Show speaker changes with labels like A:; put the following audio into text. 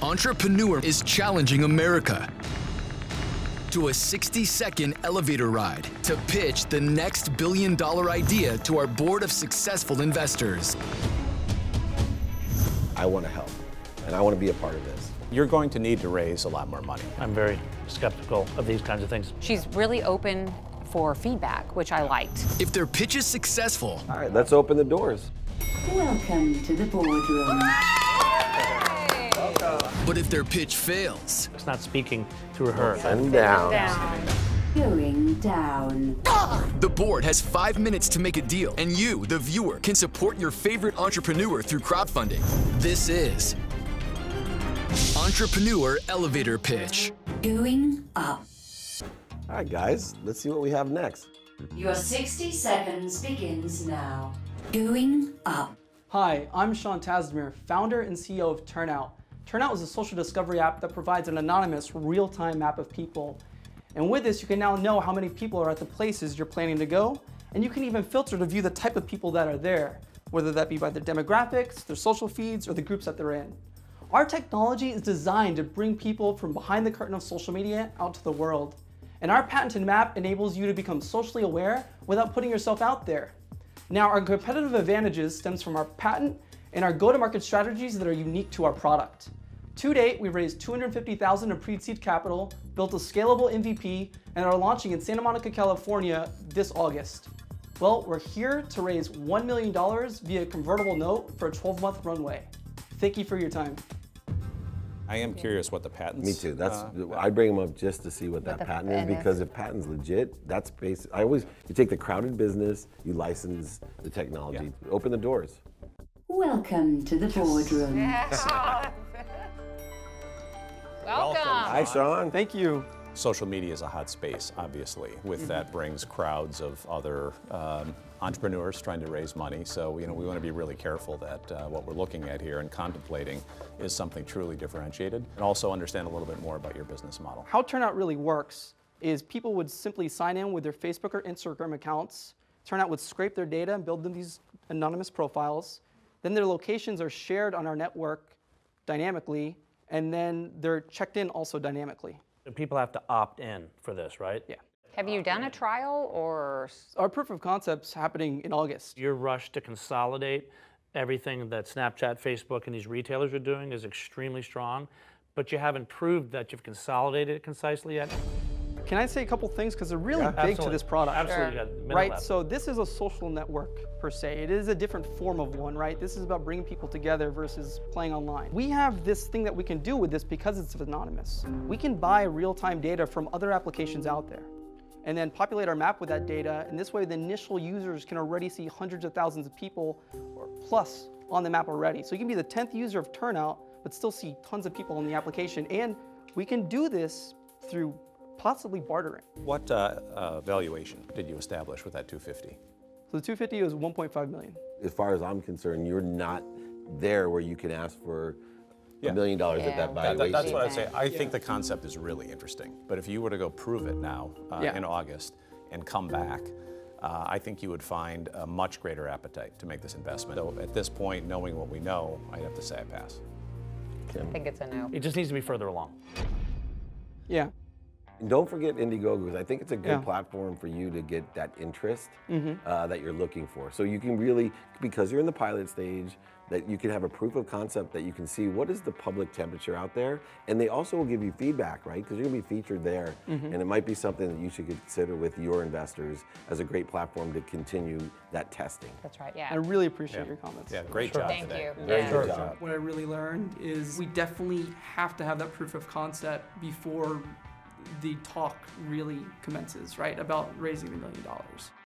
A: Entrepreneur is challenging America to a 60 second elevator ride to pitch the next billion dollar idea to our board of successful investors.
B: I want to help, and I want to be a part of this.
C: You're going to need to raise a lot more money.
D: I'm very skeptical of these kinds of things.
E: She's really open for feedback, which I liked.
A: If their pitch is successful,
B: All right, let's open the doors.
F: Welcome to the boardroom.
A: but if their pitch fails,
D: It's not speaking through her.
B: And down.
F: Going down.
A: the board has five minutes to make a deal, and you, the viewer, can support your favorite entrepreneur through crowdfunding. This is Entrepreneur Elevator Pitch.
F: Going up.
B: All right, guys, let's see what we have next.
F: Your 60 seconds begins now. Going up.
G: Hi, I'm Sean Tasmir, founder and CEO of Turnout. Turnout is a social discovery app that provides an anonymous, real time map of people. And with this, you can now know how many people are at the places you're planning to go, and you can even filter to view the type of people that are there, whether that be by their demographics, their social feeds, or the groups that they're in. Our technology is designed to bring people from behind the curtain of social media out to the world. And our patented map enables you to become socially aware without putting yourself out there. Now, our competitive advantages stems from our patent and our go-to-market strategies that are unique to our product. To date, we've raised 250,000 in pre-seed capital, built a scalable MVP, and are launching in Santa Monica, California this August. Well, we're here to raise $1 million via convertible note for a 12-month runway. Thank you for your time.
C: I am curious what the patents.
B: Me too. That's I bring them up just to see what that
E: the
B: patent is
E: patent is.
B: because if patent's legit, that's basic. I always you take the crowded business, you license the technology, open the doors.
F: Welcome to the boardroom.
E: Welcome.
B: Hi, Sean.
G: Thank you.
C: Social media is a hot space, obviously. With
B: Mm-hmm.
C: that brings crowds of other um, entrepreneurs trying to raise money. So you know we want to be really careful that uh, what we're looking at here and contemplating is something truly differentiated, and also understand a little bit more about your business model.
G: how turnout really works is people would simply sign in with their Facebook or Instagram accounts. Turnout would scrape their data and build them these anonymous profiles. Then their locations are shared on our network dynamically, and then they're checked in also dynamically.
D: People have to opt in for this, right? Yeah.
E: Have you done a trial or
G: Our proof of concept's happening in August.
D: Your rush to consolidate everything that Snapchat, Facebook, and these retailers are doing is extremely strong, but you haven't proved that you've consolidated it concisely yet.
G: Can I say a couple things because they're really big to this product?
D: Absolutely. yeah, middle
G: right
D: lap.
G: so this is a social network per se it is a different form of one right this is about bringing people together versus playing online we have this thing that we can do with this because it's anonymous we can buy real-time data from other applications out there and then populate our map with that data and this way the initial users can already see hundreds of thousands of people or plus on the map already so you can be the 10th user of turnout but still see tons of people on the application and we can do this through possibly bartering
C: What uh, uh, valuation did you establish with that 250?
G: so the 250 is 1.5 million
B: As far as I'm concerned, you're not there where you can ask for
C: Yeah.
B: a million dollars at
E: Yeah,
B: that
E: we That-
B: valuation.
C: That- that's what I'd say. I think the concept is really interesting. But if you were to go prove it now uh,
G: Yeah.
C: in August and come back, uh, I think you would find a much greater appetite to make this investment. So at this point, knowing what we know, I'd have to say I pass.
E: I think it's a no.
D: It just needs to be further along.
G: Yeah.
B: And don't forget Indiegogo because I think it's a good
G: Yeah.
B: platform for you to get that interest uh, that you're looking for. So you can really, because you're in the pilot stage, that you can have a proof of concept that you can see what is the public temperature out there, and they also will give you feedback, right? Because you're gonna be featured there, and it might be something that you should consider with your investors as a great platform to continue that testing.
E: That's right. Yeah.
G: I really appreciate your comments.
C: Yeah, great job
E: Thank
C: today.
E: you.
C: Very
E: Yeah.
C: good job.
G: Uh, What I really learned is we definitely have to have that proof of concept before the talk really commences, right? About raising the million dollars.